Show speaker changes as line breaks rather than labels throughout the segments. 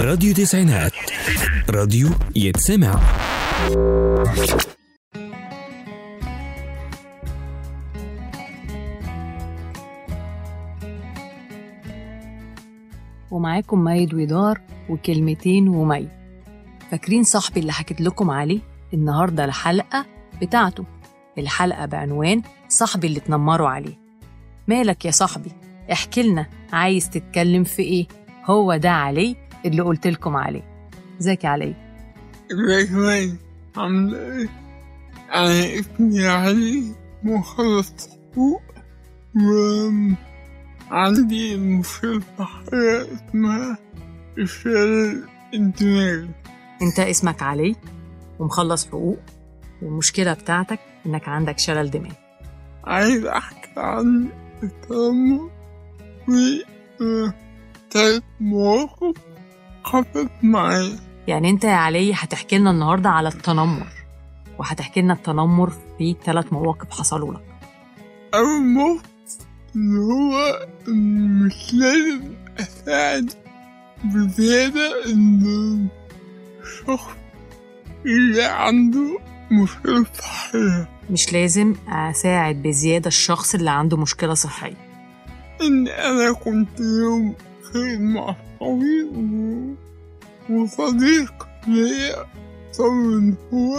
راديو تسعينات راديو يتسمع
ومعاكم ميد ودار وكلمتين وميد فاكرين صاحبي اللي حكيت لكم عليه النهارده الحلقه بتاعته الحلقه بعنوان صاحبي اللي اتنمروا عليه مالك يا صاحبي احكي لنا عايز تتكلم في ايه هو ده علي اللي قلت لكم عليه ازيك يا علي
ازيك مي عاملة ايه؟ أنا اسمي علي يعني مخلص حقوق و- عندي مشكلة صحية اسمها إشارة الدماغ
انت اسمك علي ومخلص حقوق والمشكله بتاعتك انك عندك شلل دماغ
عايز أحكي عن التنمر في آه، تلات مواقف حصلت معايا
يعني انت يا علي هتحكي لنا النهارده على التنمر وهتحكي لنا التنمر في ثلاث مواقف حصلوا لك
أول موقف اللي هو إن مش لازم أساعد بزيادة إن الشخص اللي عنده مشكلة صحية
مش لازم اساعد بزياده الشخص اللي عنده مشكله صحيه
إن أنا كنت يوم خير مع صحابي و- وصديق ليا صار إن هو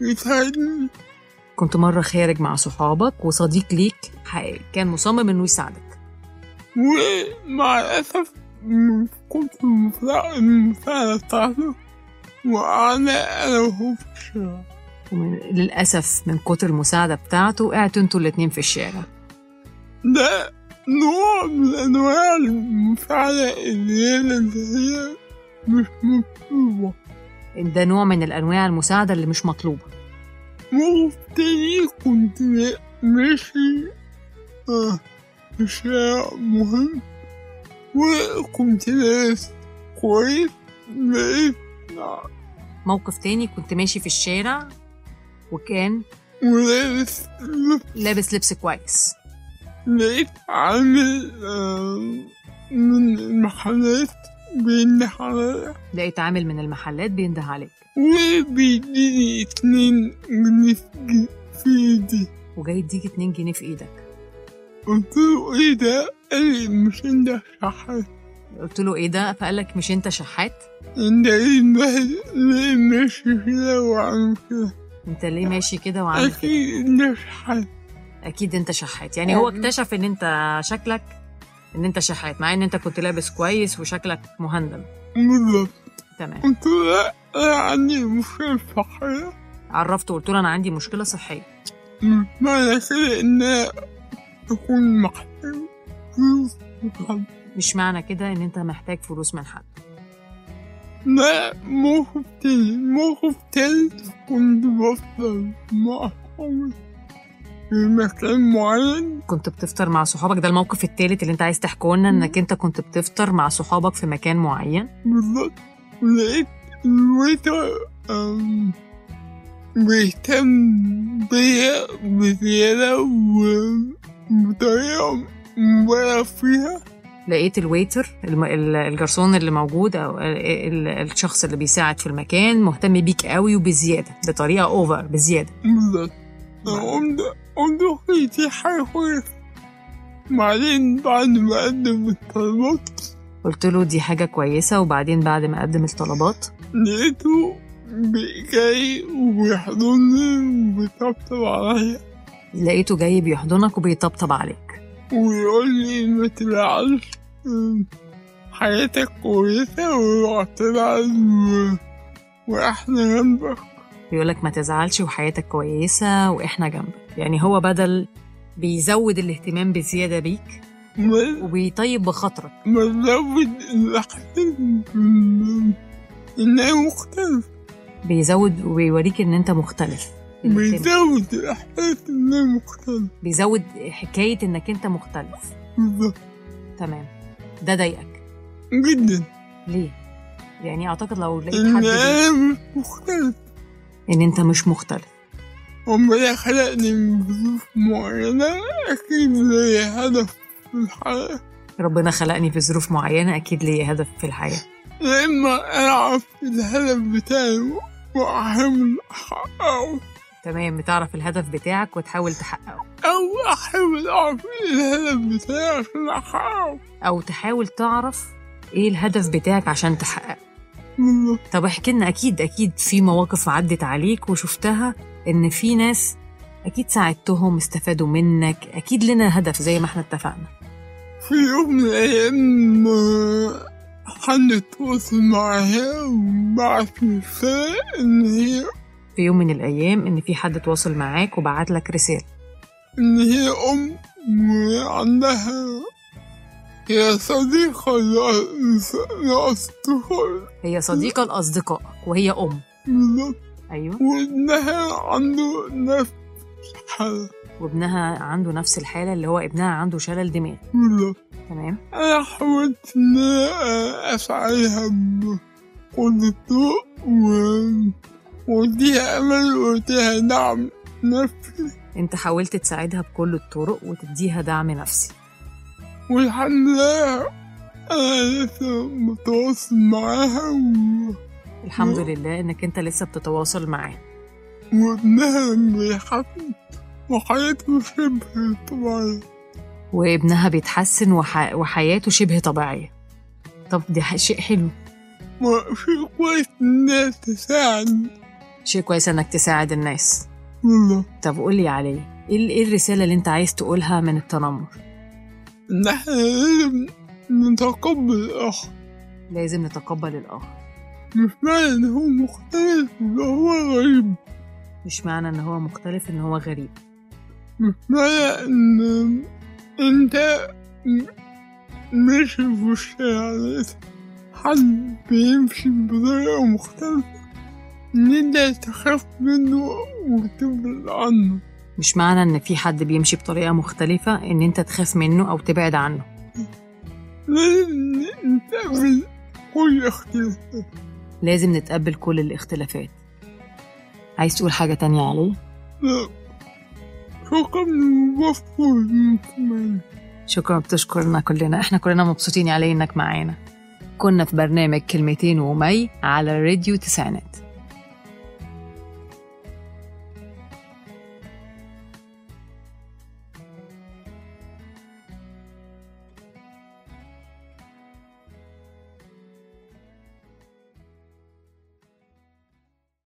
يساعدني
كنت مره خارج مع صحابك وصديق ليك حقيقي كان مصمم انه يساعدك
ومع الأسف من كنت مفرق المساعدة بتاعته وأنا أنا وهو في الشارع
وللاسف من كتر المساعده بتاعته وقعت انتوا الاتنين في الشارع
ده نوع من أنواع المساعدة اللي هي اللي هي مش مطلوبة
ده نوع من الانواع المساعده اللي مش مطلوبه
موقف تاني كنت ماشي آه، في شارع مهم وكنت لابس كويس لقيت euh,
موقف تاني كنت ماشي في الشارع وكان
ولابس لبس
لابس لبس كويس
لقيت عامل آه، من المحلات بينده عليا
لقيت عامل من المحلات بينده عليك
وبيديني اتنين جنيه في- في ايدي
وجاي يديك 2 جنيه في ايدك
قلت له ايه ده؟ قال لي مش انت شحات
قلت له ايه ده فقال لك مش انت شحات
انت ليه ماشي ليه ماشي كده وعامل كده؟
انت ليه ماشي كده وعامل كده
اكيد انت شحات
اكيد انت شحات يعني هو اكتشف ان انت شكلك ان انت شحات مع ان انت كنت لابس كويس وشكلك مهندم
بالظبط
تمام
قلت له لا انا عندي مشكلة صحية
عرفته وقلت له انا عندي مشكله صحيه
مش معنى كده ان أنا اكون محتاج فلوس من حد.
مش معنى كده ان انت محتاج فلوس من حد
لا موقف تاني موقف تالت كنت بفطر مع أصحابي في مكان معين
كنت بتفطر مع صحابك ده الموقف الثالث اللي انت عايز تحكيه لنا انك انت كنت بتفطر مع صحابك في مكان معين
بالظبط ولقيت الويتر أم، بيهتم بيا بزيادة و- بطريقة مبالغ فيها
لقيت الويتر الم- ال- الجرسون اللي موجود او ال- ال- الشخص اللي بيساعد في المكان مهتم بيك قوي وبزياده بطريقه اوفر بزياده
بالظبط أنا قمت قمت وقلت دي حاجة كويسة بعدين بعد ما أقدم الطلبات
قلت له دي حاجه كويسه وبعدين بعد ما اقدم الطلبات
لقيته جاي وبيحضنني وبيطبطب عليا
لقيته جاي بيحضنك وبيطبطب عليك
ويقول لي ما تزعلش أم، حياتك كويسة واعتزال و... وإحنا جنبك
بيقولك ما تزعلش وحياتك كويسه واحنا جنبك يعني هو بدل بيزود الاهتمام بزياده بيك
ما
وبيطيب بخاطرك
ما تزود الأحساس بإن- إن أنا مختلف
بيزود وبيوريك ان انت مختلف الاهتمام.
بيزود الأحساس إن أنا مختلف
بيزود حكايه انك انت مختلف
بالظبط
تمام ده ضايقك
جدا
ليه يعني اعتقد لو لقيت حد
إن يعني
بي-
أنا مش مختلف
ان انت مش مختلف
ربنا خلقني من ظروف معينة أكيد لي هدف في الحياة
ربنا خلقني في ظروف معينة أكيد ليا هدف في الحياة
يا إما ألعب في الهدف بتاعي وأحاول أحققه
تمام بتعرف الهدف بتاعك وتحاول تحققه
أو أحاول أعرف إيه الهدف بتاعي عشان أحققه
أو تحاول تعرف إيه الهدف بتاعك عشان تحققه
بالظبط.
طب احكي لنا أكيد أكيد في مواقف عدت عليك وشفتها إن في ناس أكيد ساعدتهم استفادوا منك أكيد لنا هدف زي ما احنا اتفقنا
في يوم من الأيام آه، حد اتواصل معايا وبعت رسالة إن هي
في يوم من الأيام إن في حد تواصل معاك وبعت لك رسالة
إن هي أم وعندها هي صديقة لأص- لأصدقائي
هي صديقة لأصدقائك وهي أم
بالظبط
أيوه
وابنها عنده نفس الحالة
وابنها عنده نفس الحالة اللي هو ابنها عنده شلل دماغ
بالظبط
تمام
أنا حاولت إن أنا أساعدها بكل الطرق و- وأديها أمل وأديها دعم نفسي
أنت حاولت تساعدها بكل الطرق وتديها دعم نفسي
والحمد لله أنا لسه متواصل معاها و...
الحمد
مم.
لله إنك أنت لسه بتتواصل معاه
وابنها بيحسن وحياته شبه طبيعية
وابنها بيتحسن وح... وحياته شبه طبيعية طب ده ح- شيء حلو
وشيء كويس إنها تساعد
شيء كويس انك تساعد الناس
والله
طب قولي عليه ايه ال- إيه الرسالة اللي انت عايز تقولها من التنمر
إن إحنا لازم نتقبل الآخر
لازم نتقبل الآخر
مش معنى إن هو مختلف يبقى هو غريب
مش معنى ان هو مختلف ان هو غريب
مش معنى إن أنت م- ماشي في الشارع لقيت حد بيمشي بطريقة مختلفة إن أنت تخاف منه وتبعد عنه
مش معنى ان في حد بيمشي بطريقة مختلفة ان انت تخاف منه او تبعد عنه
لازم نتقبل كل اختلاف
لازم نتقبل كل الاختلافات عايز تقول حاجة تانية عليه
شكرا وبشكر المستمعين
شكرا بتشكرنا كلنا احنا كلنا مبسوطين عليه انك معانا كنا في برنامج كلمتين ومي على راديو تسعينات